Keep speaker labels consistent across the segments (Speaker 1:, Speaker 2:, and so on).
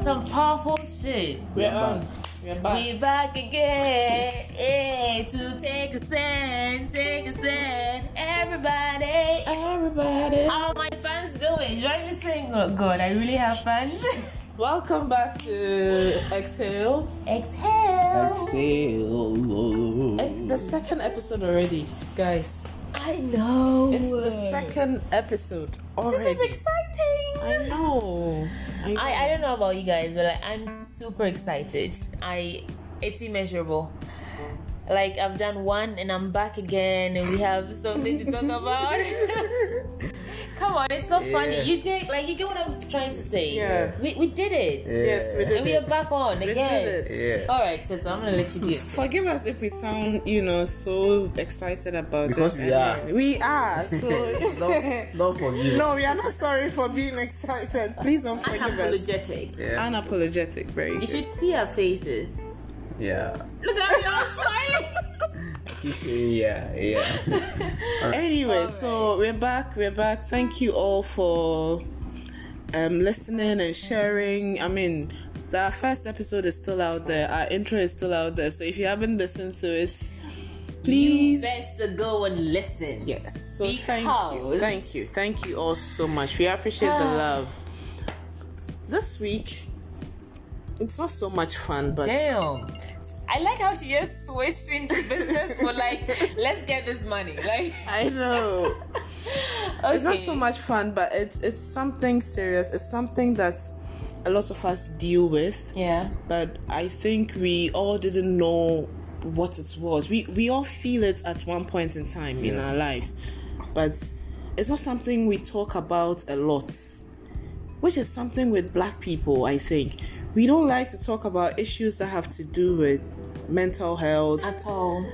Speaker 1: some powerful shit.
Speaker 2: We're on. We're back.
Speaker 1: We back again eh, to take a stand, take a stand, everybody.
Speaker 2: Everybody,
Speaker 1: How are my fans doing? Join me sing. Oh God, I really have fans.
Speaker 2: welcome back to Exhale.
Speaker 1: Exhale.
Speaker 3: Exhale.
Speaker 2: It's the second episode already, guys.
Speaker 1: I know.
Speaker 2: It's the second episode already.
Speaker 1: This is exciting.
Speaker 2: I know. I, know.
Speaker 1: I, I don't know about you guys, but like, I'm super excited. I it's immeasurable. Like I've done one and I'm back again and we have something to talk about. Come on, it's not funny.
Speaker 3: Yeah.
Speaker 1: You did like you get what I'm trying to say.
Speaker 2: Yeah.
Speaker 1: We we did it.
Speaker 2: yes, we did
Speaker 1: And we are
Speaker 2: it.
Speaker 1: back on
Speaker 2: We
Speaker 1: again.
Speaker 2: did it.
Speaker 3: Yeah.
Speaker 1: Alright, so, I'm gonna let you do it.
Speaker 2: Forgive us if we sound, you know, so excited about
Speaker 3: Because
Speaker 2: this.
Speaker 3: we are.
Speaker 2: We are. So
Speaker 3: don't, don't forgive.
Speaker 2: no, we are not sorry for being excited. Please don't forgive us.
Speaker 1: Unapologetic.
Speaker 3: Yeah.
Speaker 2: Unapologetic, very.
Speaker 1: You
Speaker 2: good.
Speaker 1: should see our faces.
Speaker 3: yeah.
Speaker 1: Look at me, I'm smiling.
Speaker 3: Keep saying yeah. Yeah.
Speaker 2: Anyway, so we're back. We're back. Thank you all for um, listening and sharing. I mean, our first episode is still out there. Our intro is still out there. So if you haven't listened to it, please.
Speaker 1: Best to go and listen.
Speaker 2: Yes. So
Speaker 1: Because-
Speaker 2: thank you. Thank you. Thank you all so much. We appreciate the love. This week, it's not so much fun, but
Speaker 1: Damn. I like how she just switched into business for like, let's get this money. Like,
Speaker 2: I know.
Speaker 1: okay.
Speaker 2: It's not so much fun, but it's it's something serious. It's something that a lot of us deal with.
Speaker 1: Yeah.
Speaker 2: but I think we all didn't know what it was. We we all feel it at one point in time in our lives, but it's not something we talk about a lot. Which is something with black people, I think. We don't like to talk about issues that have to do with mental health
Speaker 1: At all.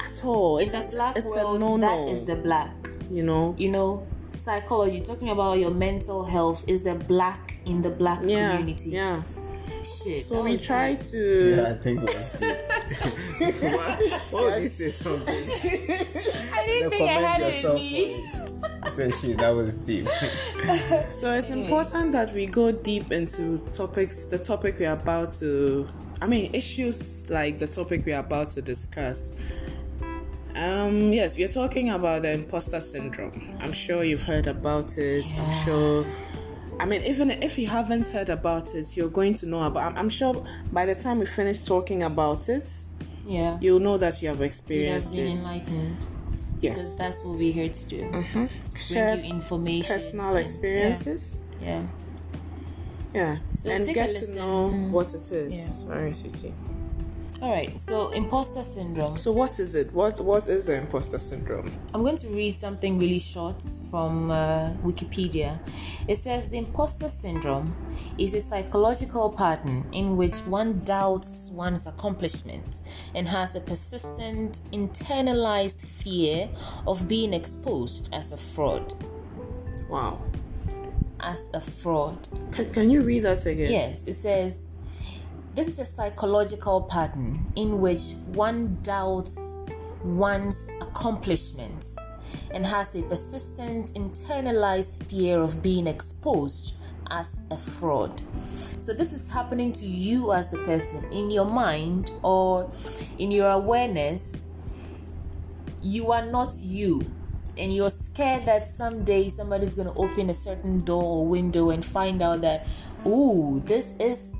Speaker 2: at all.
Speaker 1: It's a black
Speaker 2: it's
Speaker 1: world.
Speaker 2: a no-no,
Speaker 1: That is the black.
Speaker 2: you know.
Speaker 1: You know, psychology, talking about your mental health is the black in the black
Speaker 2: Yeah,
Speaker 1: community.
Speaker 2: yeah.
Speaker 1: Shit.
Speaker 2: So
Speaker 1: that
Speaker 2: we
Speaker 1: was
Speaker 2: try
Speaker 1: deep.
Speaker 2: to
Speaker 3: Yeah, I think it was deep. why, why would you say something?
Speaker 1: I
Speaker 3: Then
Speaker 1: didn't think I
Speaker 3: commend
Speaker 1: had it in
Speaker 3: yourself
Speaker 1: me.
Speaker 3: for it. I said, shit, that was deep.
Speaker 2: So it's
Speaker 1: Mm.
Speaker 2: important that we go deep into topics, the topic we are about to, I mean, issues like the topic we are about to discuss. Um, yes, we're talking about the imposter syndrome. I'm sure you've heard about it. I'm sure. I mean, even if you haven't heard about it, you're going to know about. I'm, I'm sure by the time we finish talking about it,
Speaker 1: Yeah.
Speaker 2: you'll know that you have
Speaker 1: You have
Speaker 2: experienced
Speaker 1: been
Speaker 2: it.
Speaker 1: enlightened. Because
Speaker 2: Yes,
Speaker 1: that's what we're here to do. Bring you
Speaker 2: share
Speaker 1: information.
Speaker 2: personal experiences.
Speaker 1: Yeah.
Speaker 2: Yeah.
Speaker 1: So
Speaker 2: and
Speaker 1: take a
Speaker 2: get to
Speaker 1: listen. Mm.
Speaker 2: know what it is.
Speaker 1: Yeah.
Speaker 2: Sorry, sweetie.
Speaker 1: All right. So, imposter syndrome.
Speaker 2: So what is it? What what is the imposter syndrome?
Speaker 1: I'm going to read something really short from uh, Wikipedia. It says the imposter syndrome is a psychological pattern in which one doubts one's accomplishment and has a persistent internalized fear of being exposed as a fraud.
Speaker 2: Wow.
Speaker 1: As a fraud.
Speaker 2: Can, can you read that again?
Speaker 1: Yes, it says this is a psychological pattern in which one doubts one's accomplishments and has a persistent internalized fear of being exposed as a fraud. So, this is happening to you as the person in your mind or in your awareness. You are not you, and you're scared that someday somebody's going to open a certain door or window and find out that, ooh, this is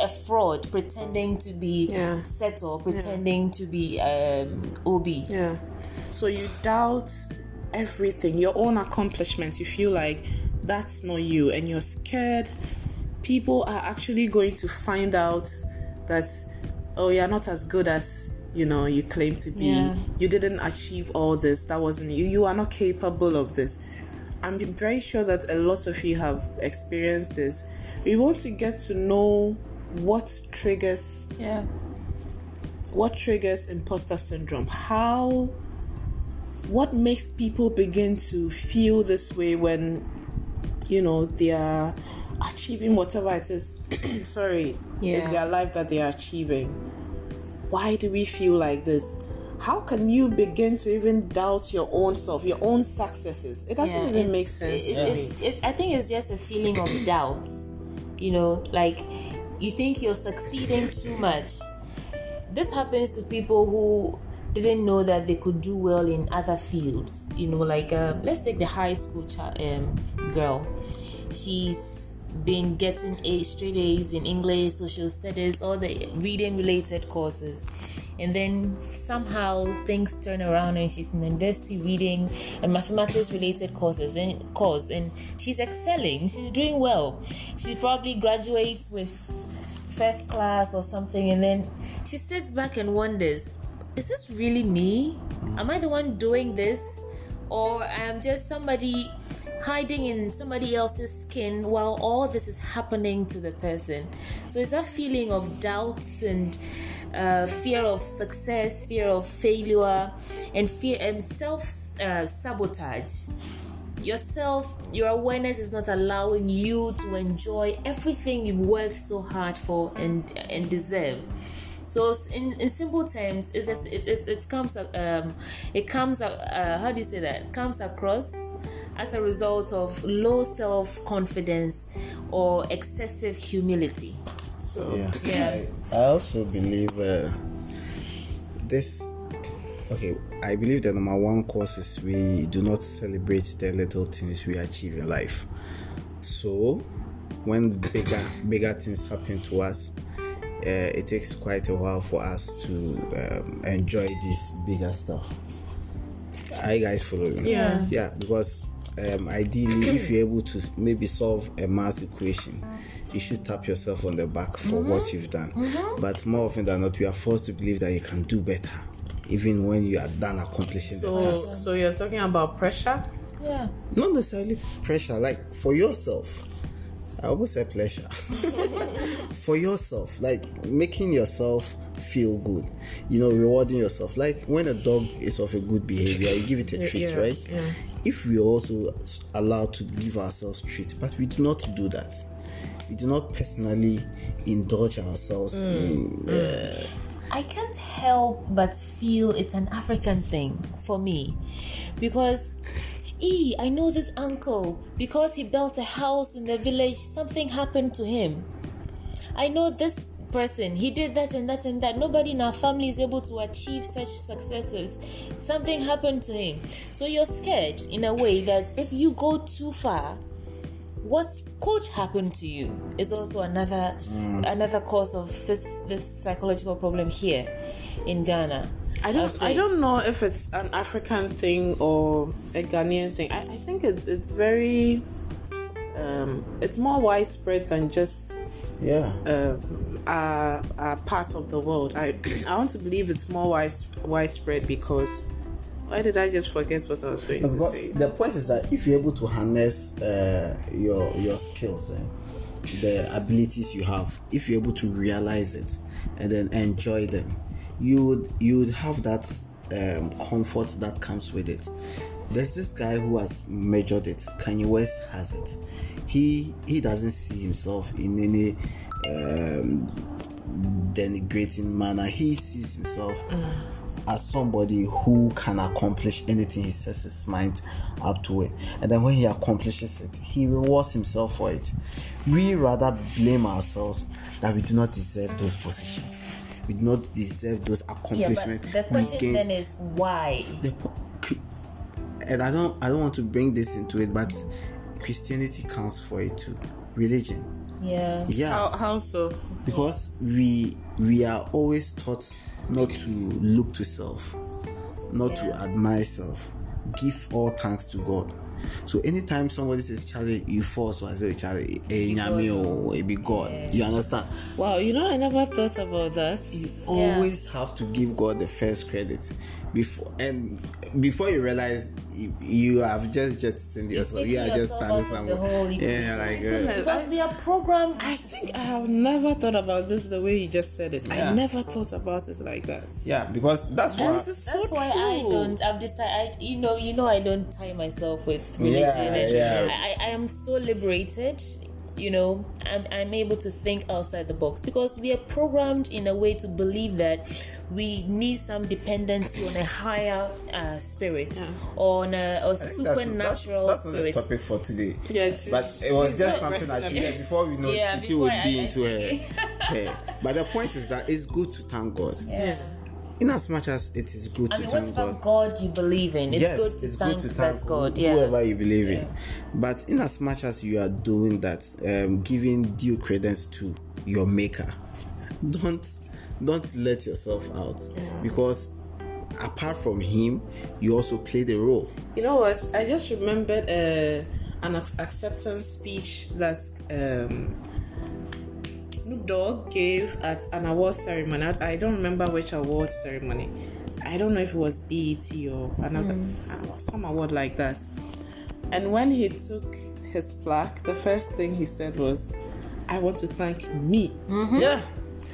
Speaker 1: a fraud pretending to be
Speaker 2: Yeah.
Speaker 1: settle pretending to be um ob
Speaker 2: Yeah. So you doubt everything, your own accomplishments. You feel like that's not you and you're scared people are actually going to find out that oh you're not as good as you know you claim to be.
Speaker 1: Yeah.
Speaker 2: You didn't achieve all this. That wasn't you. You are not capable of this. I'm very sure that a lot of you have experienced this. We want to get to know what triggers
Speaker 1: yeah
Speaker 2: what triggers imposter syndrome how what makes people begin to feel this way when you know they are achieving whatever it is sorry
Speaker 1: Yeah.
Speaker 2: in their life that they are achieving why do we feel like this how can you begin to even doubt your own self your own successes it doesn't
Speaker 1: yeah,
Speaker 2: even
Speaker 1: it's-
Speaker 2: make sense
Speaker 1: it-
Speaker 2: to me
Speaker 1: it's, it's, i think it's just a feeling of doubt you know like you think you're succeeding too much this happens to people who didn't know that they could do well in other fields you know like uh, let's take the high school child um, girl she's been getting a straight a's in english social studies all the reading related courses and then somehow things turn around and she's in university reading a mathematics related courses and course and she's excelling she's doing well she probably graduates with first class or something and then she sits back and wonders is this really me am i the one doing this or i'm just somebody hiding in somebody else's skin while all this is happening to the person so it's that feeling of doubts and uh, fear of success fear of failure and fear and self uh, sabotage yourself your awareness is not allowing you to enjoy everything you've worked so hard for and and deserve so in, in simple terms it's, just- it, it, it comes um it comes uh, uh, how do you say that comes across as a result of low self confidence or excessive humility
Speaker 2: So
Speaker 3: Yeah.
Speaker 1: yeah
Speaker 4: I also believe uh, this. Okay, I believe the number one cause is we do not celebrate the little things we achieve in life. So, when bigger bigger things happen to us, uh, it takes quite a while for us to um, enjoy this bigger stuff. Are you guys following?
Speaker 2: Yeah.
Speaker 4: Yeah, because um, ideally, if you're able to s- maybe solve a math equation, you should tap yourself on the back for what you've done. But more often than not, we are forced to believe that you can do better, even when you are done accomplishing the
Speaker 2: so
Speaker 4: task.
Speaker 2: so you're talking about pressure.
Speaker 1: yeah
Speaker 4: Not necessarily pressure, like for yourself. I almost said pleasure. for yourself, like making yourself feel good, you know, rewarding yourself. Like when a dog is of a good behavior, you give it a treat,
Speaker 2: yeah,
Speaker 4: right?
Speaker 2: yeah.
Speaker 4: If we are also s- allowed to give ourselves treats, but we do not do that. We do not personally indulge ourselves
Speaker 2: Mm.
Speaker 4: in. Uh,
Speaker 1: I can't help but feel it's an African thing for me because E, I know this uncle because he built a house in the village, something happened to him. I know this person, he did that and that and that. Nobody in our family is able to achieve such successes. Something happened to him. So you're scared in a way that if you go too far, what could happen to you is also another another cause of this this psychological problem here in Ghana.
Speaker 2: I
Speaker 1: would
Speaker 2: don't.
Speaker 1: say.
Speaker 2: I don't know if it's an African thing or a Ghanaian thing. I, I think it's it's very. Um, it's more widespread than just
Speaker 4: yeah.
Speaker 2: um, are, are parts of the world. I I want to believe it's more wise, widespread because why did I just forget what I was going to
Speaker 4: Because what-
Speaker 2: say?
Speaker 4: the point is that if you're able to harness uh, your your skills, eh, the abilities you have, if you're able to realize it and then enjoy them, you would you would have that um, comfort that comes with it. There's this guy who has measured it. Kanye West has it. He he doesn't see himself in any um, denigrating manner. He sees himself
Speaker 1: Mm.
Speaker 4: as somebody who can accomplish anything he sets his mind up to it. And then when he accomplishes it, he rewards himself for it. We rather blame ourselves that we do not deserve those positions. We do not deserve those
Speaker 1: Yeah,
Speaker 4: accomplishments.
Speaker 1: but the
Speaker 4: we
Speaker 1: question
Speaker 4: gained.
Speaker 1: then is why?
Speaker 4: The po- cri- and I don't I don't want to bring this into it, but Christianity counts for it too. Religion.
Speaker 1: Yeah.
Speaker 4: Yeah
Speaker 2: How, how so?
Speaker 4: because we we are always taught not to look to self not to
Speaker 1: Yeah.
Speaker 4: admire self give all thanks to god so anytime somebody says charlie you fall so i say charlie eh, nyame
Speaker 1: oh."
Speaker 4: o, it be god you understand
Speaker 2: Wow, you know I never thought about that.
Speaker 1: Yeah.
Speaker 4: always have to give god the first credit before and before you realize you, you have just jettisoned yourself you
Speaker 1: taking
Speaker 4: are just
Speaker 1: yourself out
Speaker 4: standing
Speaker 1: of the whole
Speaker 4: somewhere yeah
Speaker 1: equation.
Speaker 4: like uh,
Speaker 1: Because we are programmed
Speaker 2: I think I have never thought about this the way you just said it.
Speaker 4: Yeah.
Speaker 2: I never thought about it like that.
Speaker 4: yeah because that's
Speaker 2: And
Speaker 4: why
Speaker 2: this is
Speaker 1: That's
Speaker 2: so
Speaker 1: why
Speaker 2: true.
Speaker 1: I don't. I've decided. You know. You know. I don't tie myself with religion.
Speaker 4: Yeah, yeah.
Speaker 1: I, I, I am so liberated. you know I'm, I'm able to think outside the box because we are programmed in a way to believe that we need some dependency on a higher uh, spirit or on a, a
Speaker 3: think that's-
Speaker 1: supernatural
Speaker 3: that's, that's not the
Speaker 1: spirit
Speaker 3: topic for today.
Speaker 2: Yes,
Speaker 3: but it was
Speaker 2: she's
Speaker 3: just
Speaker 2: not
Speaker 3: something that
Speaker 2: resting
Speaker 3: you
Speaker 2: up.
Speaker 3: did before we know
Speaker 1: Yeah,
Speaker 3: City would
Speaker 1: before
Speaker 3: be
Speaker 1: I-
Speaker 3: into her, her.
Speaker 4: But the point is that it's good to thank God.
Speaker 1: yeah.
Speaker 4: In as much as it is good
Speaker 1: I
Speaker 4: to
Speaker 1: mean,
Speaker 4: thank
Speaker 1: whatever
Speaker 4: God,
Speaker 1: God. you believe in, it's good to thank that God.
Speaker 4: who-
Speaker 1: Yeah,
Speaker 4: whoever you believe in. But in as much as you are doing that, um, giving due credence to your maker, don't don't let yourself out because apart from him, you also play the role.
Speaker 2: You know what? I just remembered uh, an ac- acceptance speech that um, Snoop Dogg gave at an award ceremony. I I don't remember which award ceremony. I don't know if it was BET or another
Speaker 3: Mm.
Speaker 2: uh, some award like that. And when he took his plaque, the first thing he said was, "I want to thank me.
Speaker 1: Mm-hmm.
Speaker 3: Yeah,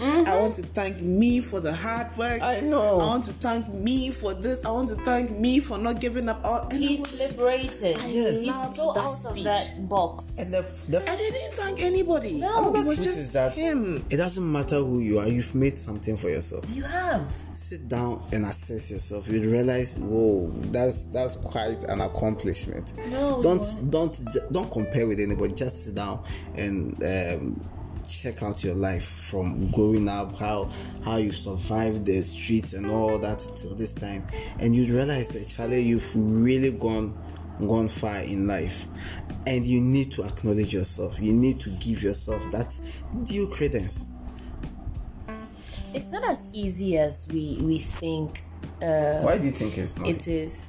Speaker 2: I want to thank me for the hard work.
Speaker 3: Mm-hmm. I know.
Speaker 2: I want to thank me for this. I want to thank me for not giving up." All and I was-
Speaker 1: he's liberated.
Speaker 2: Yes.
Speaker 1: He's so
Speaker 2: That
Speaker 1: out
Speaker 2: speech.
Speaker 1: of that box.
Speaker 3: and the, the
Speaker 2: I didn't thank anybody.
Speaker 1: No.
Speaker 2: it was
Speaker 3: Truth
Speaker 2: just
Speaker 3: is that-
Speaker 2: him.
Speaker 4: It doesn't matter who you are. You've made something for yourself.
Speaker 1: You have.
Speaker 4: Sit down and assess yourself. You'll realize, whoa, that's that's quite an accomplishment.
Speaker 1: No,
Speaker 4: don't
Speaker 1: you
Speaker 4: don't ju- don't compare with anybody. Just sit down and um, check out your life from growing up, how how you survived the streets and all that till this time, and you'd realize that Charlie, you've really gone gone far in life and you need to acknowledge yourself you need to give yourself that due credence
Speaker 1: It's not as easy as we we think. Uh,
Speaker 3: why do you think it's not?
Speaker 1: it is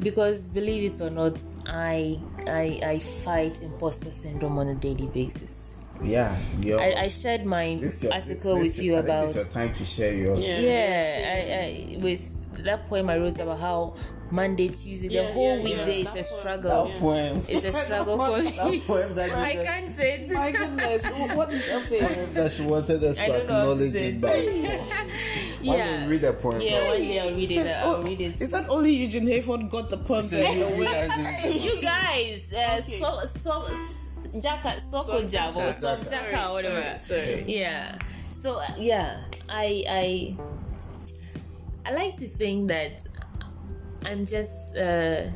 Speaker 1: because believe it or not, I I I fight imposter syndrome on a daily basis.
Speaker 3: yeah, your,
Speaker 1: I, I shared my
Speaker 3: this your,
Speaker 1: article
Speaker 3: this your-
Speaker 1: with you
Speaker 3: I think
Speaker 1: about
Speaker 3: It's your time to share yours.
Speaker 2: Yeah.
Speaker 1: yeah, I, I, with that poem I wrote about how Monday, Tuesday,
Speaker 2: Yeah,
Speaker 1: the whole
Speaker 2: yeah, yeah.
Speaker 1: weekday
Speaker 2: That
Speaker 1: is a
Speaker 2: poem.
Speaker 1: struggle.
Speaker 3: Poem.
Speaker 1: It's a struggle for me.
Speaker 3: That poem that
Speaker 1: I
Speaker 3: you just-
Speaker 1: can't say it.
Speaker 3: My goodness, what did you say?
Speaker 4: that she wanted us to
Speaker 1: I don't know how to
Speaker 4: acknowledge
Speaker 1: say
Speaker 4: it
Speaker 1: it.
Speaker 4: by
Speaker 1: yeah.
Speaker 3: read the poem.
Speaker 1: yeah, uh, one day I'll read it. I'll read it.
Speaker 2: "Oh, Is that only Eugene Hayford got the pun
Speaker 4: So
Speaker 2: there?
Speaker 4: you realize it.
Speaker 1: you guys, uh, so so s- Jaka Soko Jab or so Jaka or whatever.
Speaker 2: Sorry.
Speaker 1: Yeah. So uh, yeah, I I I like to think that I'm just uh,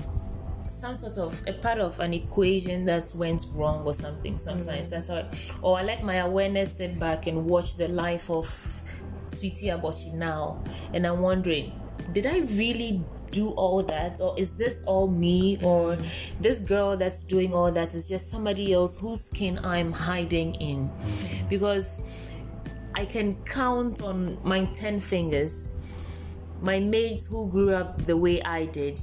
Speaker 1: some sort of a part of an equation that went wrong or something. Sometimes that's how. I, or I let my awareness sit back and watch the life of Sweetie Abochi now, and I'm wondering, did I really? Do all that, or is this all me, or this girl that's doing all that is just somebody else whose skin I'm hiding in? Because I can count on my 10 fingers my mates who grew up the way I did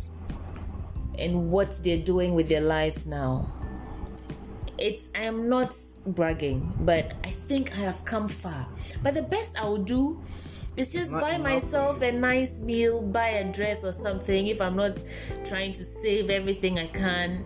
Speaker 1: and what they're doing with their lives now. It's I am not bragging, but I think I have come far. But the best I will do is just
Speaker 3: Not
Speaker 1: buy
Speaker 3: enough for
Speaker 1: myself a nice meal, buy a dress or something if I'm not trying to save everything I can.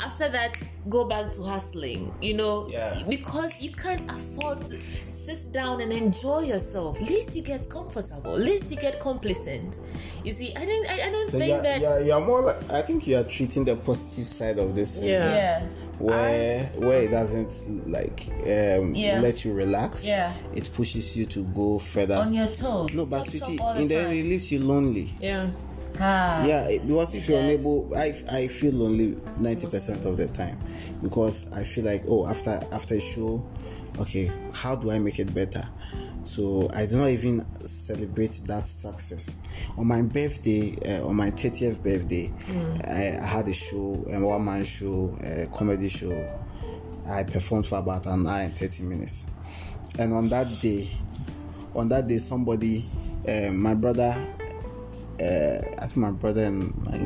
Speaker 1: After that, go back to hustling, you know,
Speaker 3: Yeah.
Speaker 1: because you can't afford to sit down and enjoy yourself. Least you get comfortable, least you get complacent. You see, I don't, I, I don't
Speaker 4: So
Speaker 1: think
Speaker 4: you're,
Speaker 1: that.
Speaker 4: you're, you're more like I think you are treating the positive side of this thing
Speaker 2: Yeah.
Speaker 1: yeah.
Speaker 4: where where it doesn't like um
Speaker 1: Yeah.
Speaker 4: let you relax.
Speaker 1: Yeah.
Speaker 4: It pushes you to go further.
Speaker 1: on your toes.
Speaker 4: no, but
Speaker 1: Chop, chop
Speaker 4: sweetie,
Speaker 1: all the
Speaker 4: in the end
Speaker 1: time.
Speaker 4: it leaves you lonely.
Speaker 2: Yeah.
Speaker 1: Ah,
Speaker 4: Yeah, it- because if you're
Speaker 1: Yes.
Speaker 4: unable, I, I feel lonely ninety percent of the time, because I feel like oh after after a show, okay, how do I make it better? So I do not even celebrate that success. On my birthday, uh, on my thirtieth birthday, I, I had a show, a one man show, a comedy show. I performed for about an hour and thirty minutes, and on that day, on that day, somebody, uh, my brother uh, I think my brother and my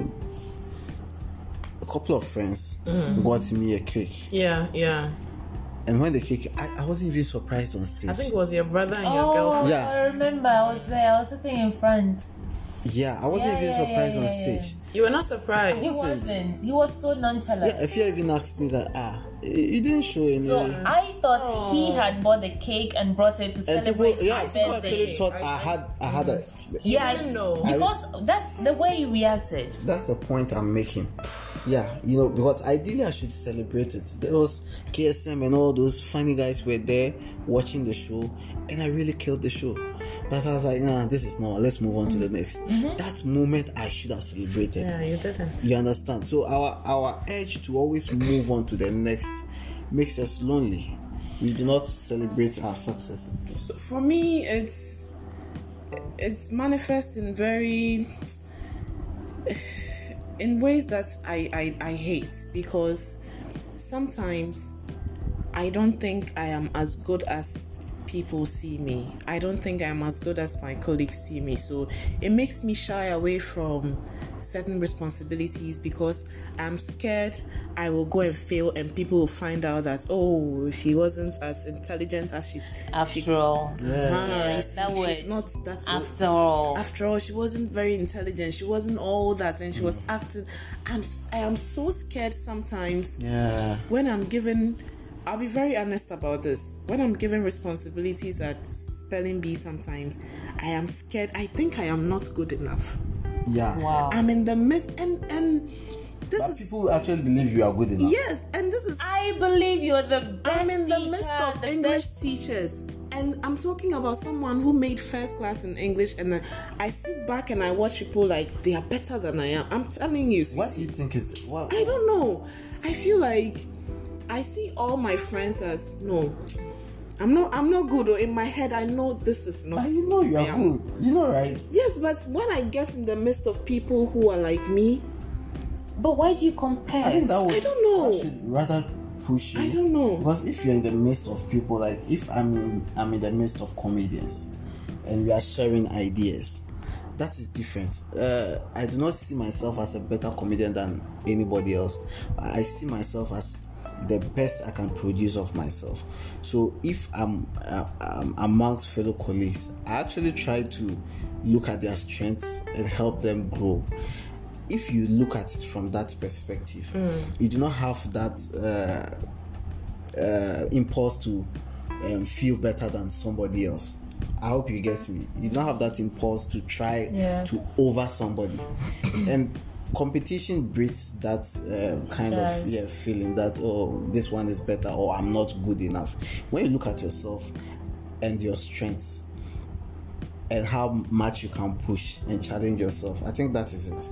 Speaker 4: a couple of friends
Speaker 1: Mm.
Speaker 4: got me a cake,
Speaker 2: Yeah, yeah.
Speaker 4: and when the cake, I, I wasn't even surprised on stage.
Speaker 2: I think it was your brother and your
Speaker 1: Oh,
Speaker 2: girlfriend.
Speaker 4: Yeah.
Speaker 1: I remember. I was there. I was sitting in front.
Speaker 4: yeah, I wasn't
Speaker 1: Yeah,
Speaker 4: even
Speaker 1: yeah,
Speaker 4: surprised
Speaker 1: yeah,
Speaker 4: on
Speaker 1: yeah, yeah.
Speaker 4: stage.
Speaker 2: You were not surprised.
Speaker 1: He
Speaker 4: Wasn't.
Speaker 1: wasn't. He was so nonchalant.
Speaker 4: Yeah, if you even asked me that, ah, you- you didn't show any.
Speaker 1: So I thought he had bought the cake and brought it to
Speaker 4: and
Speaker 1: celebrate
Speaker 4: people, yeah,
Speaker 1: his
Speaker 4: people
Speaker 1: birthday. Mm.
Speaker 4: actually thought I, had, I had a.
Speaker 1: yeah,
Speaker 2: didn't know.
Speaker 1: because that's the way he reacted.
Speaker 4: That's the point I'm making. yeah, you know, because ideally I should celebrate it. There was KSM and all those funny guys were there watching the show, and I really killed the show. But I was like, nah, this is not. Let's move on to the next.
Speaker 1: Mm-hmm.
Speaker 4: That moment I should have celebrated.
Speaker 2: Yeah, you didn't.
Speaker 4: You understand? So our our urge to always move on to the next makes us lonely. We do not celebrate our successes.
Speaker 2: So for me, it's it's manifest in very in ways that I, I I hate because sometimes I don't think I am as good as people see me. I don't think I'm as good as my colleagues see me. So it makes me shy away from certain responsibilities because I'm scared I will go and fail and people will find out that oh she wasn't as intelligent as she
Speaker 1: After all,
Speaker 4: Mm-hmm.
Speaker 2: Ah, you
Speaker 1: Yeah,
Speaker 2: see,
Speaker 1: that
Speaker 2: she's
Speaker 1: word.
Speaker 2: not that
Speaker 1: after all,
Speaker 2: after all she wasn't very intelligent she wasn't all that and she was
Speaker 1: Mm.
Speaker 2: acting i'm s- i am so scared sometimes
Speaker 4: Yeah.
Speaker 2: when i'm given i'll be very honest about this when i'm given responsibilities at spelling bee sometimes i am scared i think i am not good enough
Speaker 4: Yeah.
Speaker 1: wow.
Speaker 2: i'm in the midst and and this
Speaker 4: But
Speaker 2: is
Speaker 4: people actually believe you are good enough.
Speaker 2: yes and this is
Speaker 1: I believe you're the best
Speaker 2: I'm in the
Speaker 1: teacher,
Speaker 2: midst of
Speaker 1: the
Speaker 2: English
Speaker 1: best-
Speaker 2: teachers, and I'm talking about someone who made first class in English, and I, I sit back and I watch people like they are better than I am. I'm telling you,
Speaker 4: What do you think is what?
Speaker 2: I don't know. I feel like I see all my friends as no. I'm not. I'm not good. Or in my head, I know this is not.
Speaker 4: But you know you are
Speaker 2: Yeah.
Speaker 4: good. You know, right?
Speaker 2: Yes, but when I get in the midst of people who are like me,
Speaker 1: But why do you compare?
Speaker 4: I think that would.
Speaker 2: I don't know.
Speaker 4: that should rather push you.
Speaker 2: I don't know.
Speaker 4: Because if you're in the midst of people, like if I'm in, I'm in the midst of comedians, and we are sharing ideas, that is different. Uh, I do not see myself as a better comedian than anybody else. I see myself as the best I can produce of myself. So if I'm, uh, I'm amongst fellow colleagues, I actually try to look at their strengths and help them grow if you look at it from that perspective, you do not have that uh, uh, impulse to um, feel better than somebody else. I hope you get me. You don't have that impulse to try
Speaker 1: Yeah.
Speaker 4: to over somebody, and competition breeds that uh, kind
Speaker 1: Does.
Speaker 4: of yeah feeling that oh this one is better or I'm not good enough. When you look at yourself and your strengths and how much you can push and challenge yourself, I think that is it.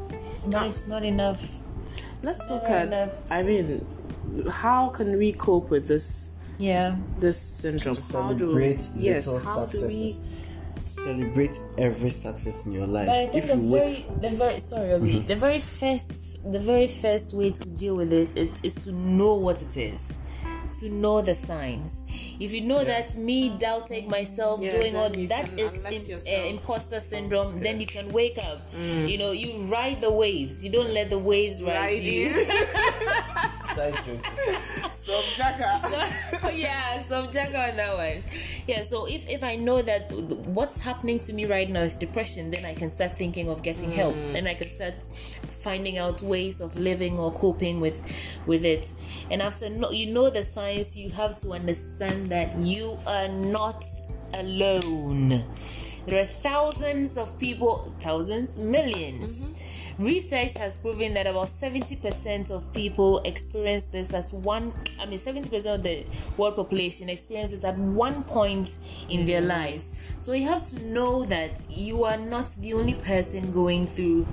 Speaker 1: But it's not enough.
Speaker 2: let's look
Speaker 1: Fair
Speaker 2: at.
Speaker 1: enough.
Speaker 2: I mean, how can we cope with this?
Speaker 1: Yeah.
Speaker 2: this syndrome. How do
Speaker 4: celebrate
Speaker 2: yes,
Speaker 4: little
Speaker 2: how
Speaker 4: successes. Celebrate every success in your life.
Speaker 1: But I think
Speaker 4: if
Speaker 1: the
Speaker 4: you wake,
Speaker 1: very, the very sorry, Obi, the very first, the very first way to deal with this it is to know what it is, to know the signs. If you know that me doubting myself,
Speaker 2: Yeah,
Speaker 1: doing
Speaker 2: then
Speaker 1: all
Speaker 2: you
Speaker 1: that
Speaker 2: can
Speaker 1: is
Speaker 2: unless
Speaker 1: im-
Speaker 2: yourself.
Speaker 1: uh, imposter syndrome, then you can wake up. You know, you ride the waves. You don't let the waves ride,
Speaker 2: do we
Speaker 1: you.
Speaker 2: Some jacker.
Speaker 1: yeah, so I'm checking on that one. Yeah, so if if I know that th- what's happening to me right now is depression, then I can start thinking of getting help, and I can start finding out ways of living or coping with with it. And after no, you know the science, you have to understand that you are not alone. There are thousands of people, thousands, 1000000s Research has proven that about 70% of people experience this at one, I mean, 70% of the world population experience this at one point in their lives. So you have to know that you are not the only person going through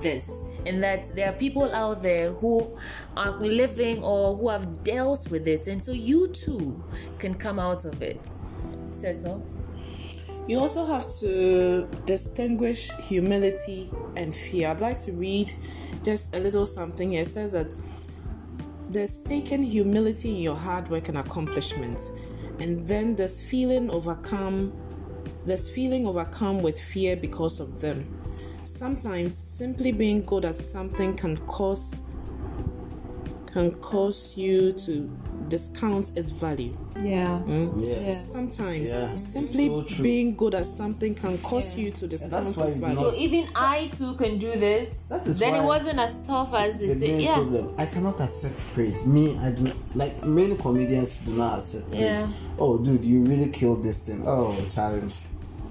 Speaker 1: this, and that there are people out there who are living or who have dealt with it, and so you too can come out of it. Settle.
Speaker 2: You also have to distinguish humility and fear. I'd like to read just a little something here. It says that there's taken humility in your hard work and accomplishment, and then there's feeling overcome. There's feeling overcome with fear because of them. Sometimes simply being good at something can cause can cause you to discount its value.
Speaker 1: Yeah.
Speaker 4: yes.
Speaker 2: Sometimes
Speaker 4: Yeah.
Speaker 2: simply
Speaker 4: So true.
Speaker 2: being good at something can cause you to discount
Speaker 4: that's why
Speaker 2: its
Speaker 4: we do
Speaker 2: value.
Speaker 1: So even I too can do this.
Speaker 4: That is
Speaker 1: then it
Speaker 4: why-
Speaker 1: wasn't as tough as they
Speaker 4: The main
Speaker 1: say. Yeah.
Speaker 4: problem. I cannot accept praise. Me, I do like many comedians do not accept praise.
Speaker 1: Yeah.
Speaker 4: Oh, dude, you really killed this thing. Oh, challenge.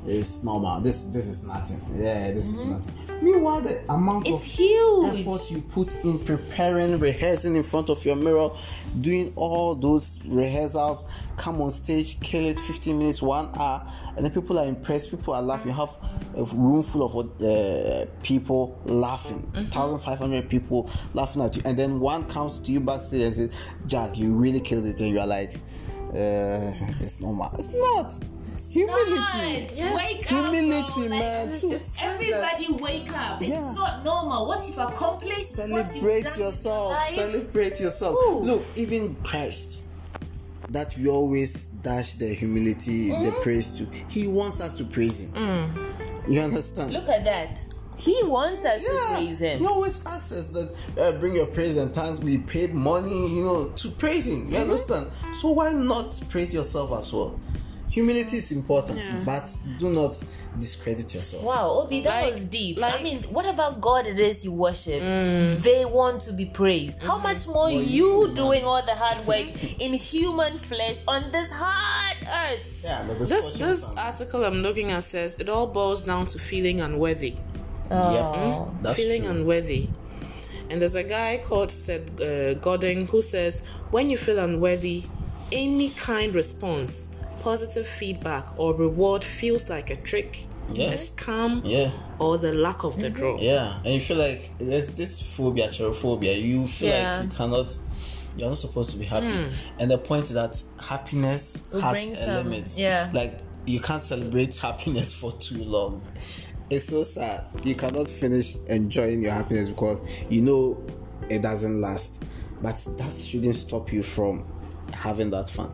Speaker 4: is normal. This this is nothing. Yeah, this is nothing. Meanwhile, the amount
Speaker 1: Mm-hmm. It's
Speaker 4: of
Speaker 1: huge.
Speaker 4: effort you put in preparing, rehearsing in front of your mirror, doing all those rehearsals, come on stage, kill it 15 minutes, one hour, and then people are impressed, people are laughing. You have a room full of uh, people laughing,
Speaker 1: Mm-hmm.
Speaker 4: 1,500 people laughing at you, and then one comes to you backstage and says, Jack, you really killed it, and you are like, uh, it's normal. It's not.
Speaker 1: Not.
Speaker 4: Humility.
Speaker 1: Wake up, bro.
Speaker 4: Humility,
Speaker 1: Like,
Speaker 4: man. too.
Speaker 2: it's- says
Speaker 1: Everybody wake up.
Speaker 4: Yeah.
Speaker 1: It's not normal. What if accomplished? what you've
Speaker 4: celebrate
Speaker 1: done
Speaker 4: yourself
Speaker 1: in your life?
Speaker 4: celebrate yourself
Speaker 1: Ooh.
Speaker 4: look even christ that we always dash the humility the
Speaker 1: Mm.
Speaker 4: praise to he wants us to praise him you understand
Speaker 1: Look at that. He wants us to praise him.
Speaker 4: he always asks us that uh, bring your praise and thanks be paid money you know to praise him you
Speaker 1: Mm-hmm.
Speaker 4: understand so why not praise yourself as well humility is important but do not discredit yourself
Speaker 1: Wow, Obi, that
Speaker 2: Like-
Speaker 1: was deep. I
Speaker 2: like-
Speaker 1: mean, whatever God it is you worship, they want to be praised. How much more you doing all the hard work in human flesh on this hard earth?
Speaker 4: yeah but the
Speaker 2: This
Speaker 4: fortune
Speaker 2: this
Speaker 4: sound-
Speaker 2: article I'm looking at says it all boils down to feeling unworthy.
Speaker 1: Oh.
Speaker 4: yep, that's
Speaker 2: feeling
Speaker 4: true.
Speaker 2: unworthy. And there's a guy called Seth uh, Godin who says, when you feel unworthy, any kind response, positive feedback or reward feels like a trick,
Speaker 4: Yeah.
Speaker 2: a scam,
Speaker 4: yeah
Speaker 2: or the lack of the draw.
Speaker 4: Yeah, and you feel like there's this phobia, cherophobia. You feel
Speaker 1: Yeah. Hmm.
Speaker 4: like you cannot, you're not supposed to be happy. And the point that happiness
Speaker 1: Will bring
Speaker 4: has a
Speaker 1: some-
Speaker 4: limit.
Speaker 1: yeah.
Speaker 4: Like you can't celebrate happiness for too long. It's so sad. You cannot finish enjoying your happiness because you know it doesn't last. But that shouldn't stop you from having that fun.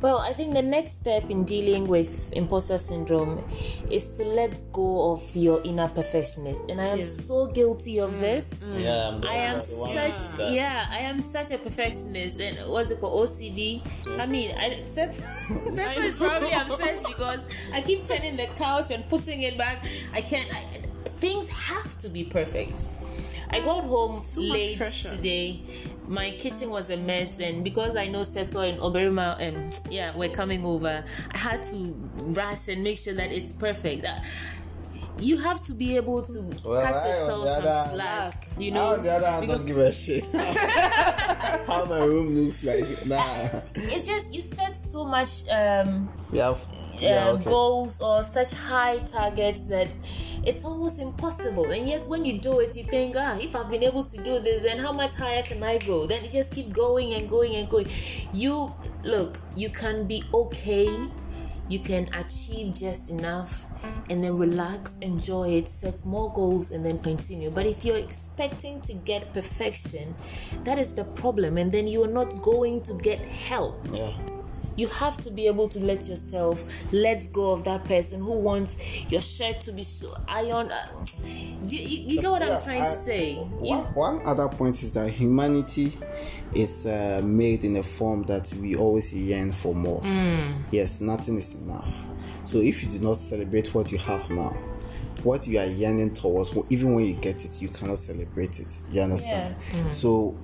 Speaker 1: Well, I think the next step in dealing with imposter syndrome is to let go of your inner perfectionist. And I am so guilty of this.
Speaker 4: Yeah, I'm
Speaker 1: Hmm.
Speaker 4: the
Speaker 1: I
Speaker 4: one-
Speaker 1: am
Speaker 4: the one who does
Speaker 1: such
Speaker 4: that.
Speaker 1: yeah, I am such a perfectionist and what's it called OCD. I mean, I set sometimes probably upset because I keep turning the couch and pushing it back. I can't. I, things have to be perfect. I got home
Speaker 2: much
Speaker 1: late
Speaker 2: pressure.
Speaker 1: today. My kitchen was a mess, and because I know Seto and Oberima, um, yeah, were coming over, I had to rush and make sure that it's perfect. Uh, you have to be able to
Speaker 4: Well, I,
Speaker 1: cut
Speaker 4: on
Speaker 1: yourself
Speaker 4: the other
Speaker 1: some
Speaker 4: hand-
Speaker 1: slack. You
Speaker 4: I,
Speaker 1: know,
Speaker 4: on the other hand,
Speaker 1: because
Speaker 4: don't give a shit how my room looks like. Nah.
Speaker 1: it's just you set so much um,
Speaker 4: Yeah. f- yeah
Speaker 1: uh,
Speaker 4: okay.
Speaker 1: goals or such high targets that it's almost impossible. And yet, when you do it, you think, ah, if I've been able to do this, then how much higher can I go? Then you just keep going and going and going. You look, you can be okay. You can achieve just enough and then relax, enjoy it, set more goals, and then continue. But if you're expecting to get perfection, that is the problem, and then you are not going to get help
Speaker 4: Yeah.
Speaker 1: you have to be able to let yourself let go of that person who wants your shirt to be so iron. Uh, do you, you, you get what
Speaker 4: Yeah,
Speaker 1: I'm trying to
Speaker 4: I-
Speaker 1: say?
Speaker 4: One,
Speaker 1: You,
Speaker 4: one other point is that humanity is uh, made in a form that we always yearn for more. Yes, nothing is enough. So if you do not celebrate what you have now, what you are yearning towards, wh- even when you get it, you cannot celebrate it. You understand? So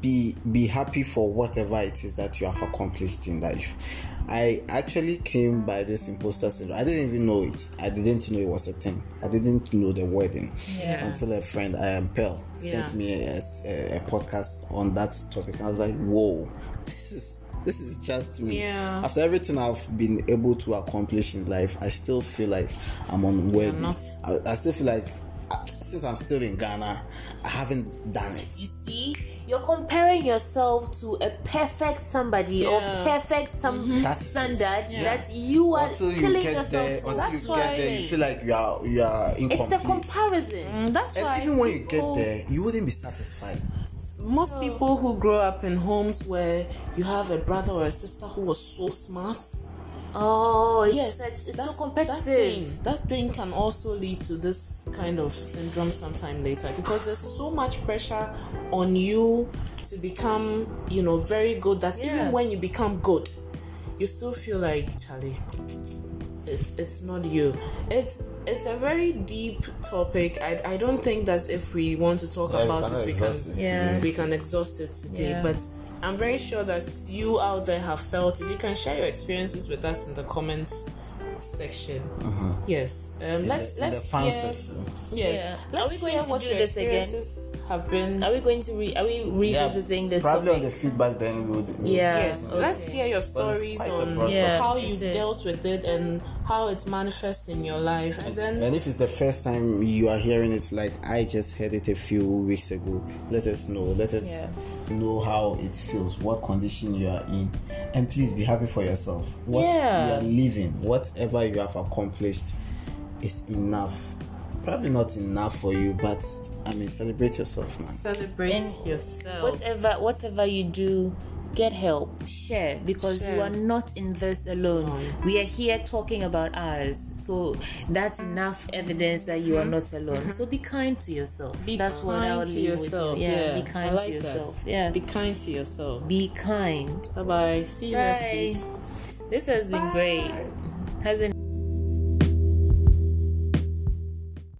Speaker 4: be be happy for whatever it is that you have accomplished in life. I actually came by this imposter syndrome. I didn't even know it. I didn't know it was a thing. I didn't know the wording
Speaker 2: Yeah.
Speaker 4: until a friend, I am Pearl, sent
Speaker 2: Yeah.
Speaker 4: me a, a- a podcast on that topic. I was like, whoa, this is this is just me.
Speaker 2: Yeah.
Speaker 4: After everything I've been able to accomplish in life, I still feel like I'm unworthy.
Speaker 2: not-
Speaker 4: I, I still feel like uh, since I'm still in Ghana, I haven't done
Speaker 1: you
Speaker 4: it.
Speaker 1: see, you're comparing yourself to a perfect somebody
Speaker 2: Yeah.
Speaker 1: or perfect some
Speaker 4: Mm-hmm. That's it.
Speaker 1: standard
Speaker 4: Yeah.
Speaker 1: that you are
Speaker 4: Until you
Speaker 1: killing
Speaker 4: get
Speaker 1: yourself
Speaker 4: there,
Speaker 1: to.
Speaker 4: until
Speaker 1: That's
Speaker 4: you
Speaker 1: why
Speaker 4: get there, you feel like you are you are incomplete. Mm.
Speaker 1: it's the comparison.
Speaker 2: Mm, That's why
Speaker 4: and even when you get
Speaker 2: people-
Speaker 4: there, you wouldn't be satisfied.
Speaker 2: most people who grow up in homes where you have a brother or a sister who was so smart,
Speaker 1: Oh, it's
Speaker 2: yes,
Speaker 1: such, it's
Speaker 2: that-
Speaker 1: so
Speaker 2: That
Speaker 1: competitive.
Speaker 2: thing, that thing can also lead to this kind of syndrome sometime later because there's so much pressure on you to become, you know, very good that
Speaker 1: Yeah.
Speaker 2: even when you become good, you still feel like Charlie. It's it's not you. It's it's a very deep topic. I, I don't think that if we want to talk
Speaker 4: Yeah, we
Speaker 2: about
Speaker 4: cannot
Speaker 2: it, we
Speaker 4: exhaust
Speaker 2: can
Speaker 4: it
Speaker 1: Yeah.
Speaker 2: we can exhaust it today.
Speaker 1: Yeah.
Speaker 2: But I'm very sure that you out there have felt it. You can share your experiences with us in the comments
Speaker 5: section. Yes.
Speaker 4: Uh-huh. the,
Speaker 5: Um, let's let's
Speaker 4: the fan
Speaker 5: hear,
Speaker 4: section.
Speaker 5: Yes.
Speaker 1: Yeah.
Speaker 5: Let's
Speaker 1: Are we going
Speaker 5: hear
Speaker 1: to
Speaker 5: what
Speaker 1: do
Speaker 5: your
Speaker 1: this again? Oh,
Speaker 5: experiences have been.
Speaker 1: Are we going to re? Are we revisiting this
Speaker 4: probably
Speaker 1: topic?
Speaker 4: on the feedback then we would
Speaker 1: yeah.
Speaker 5: Yes,
Speaker 1: okay.
Speaker 5: let's hear your
Speaker 4: it's
Speaker 5: stories
Speaker 4: quite a
Speaker 5: on
Speaker 4: broad
Speaker 1: Yeah,
Speaker 5: how
Speaker 1: it
Speaker 5: you've
Speaker 1: is.
Speaker 5: dealt with it and how it's manifest in your life. And then,
Speaker 4: and if it's the first time you are hearing it like i just heard it a few weeks ago let us know let us
Speaker 1: Yeah.
Speaker 4: know how it feels what condition you are in and please be happy for yourself what you
Speaker 1: Yeah.
Speaker 4: are living whatever you have accomplished is enough probably not enough for you but i mean celebrate yourself man
Speaker 5: celebrate
Speaker 1: And
Speaker 5: yourself.
Speaker 1: whatever whatever you do get help share because you
Speaker 5: Share.
Speaker 1: are not in this alone we are here talking about us so that's enough evidence that you are not alone so be kind to yourself
Speaker 5: Mm-hmm. be
Speaker 1: that's
Speaker 5: kind
Speaker 1: what i'll
Speaker 5: to
Speaker 1: leave with
Speaker 5: yourself.
Speaker 1: you. yeah, be
Speaker 5: I
Speaker 1: kind
Speaker 5: like
Speaker 1: to
Speaker 5: that.
Speaker 1: yourself yeah
Speaker 5: Be
Speaker 1: be,
Speaker 5: kind to yourself.
Speaker 1: kind
Speaker 5: Bye bye. See you next week.
Speaker 1: Bye. this has been great hasn't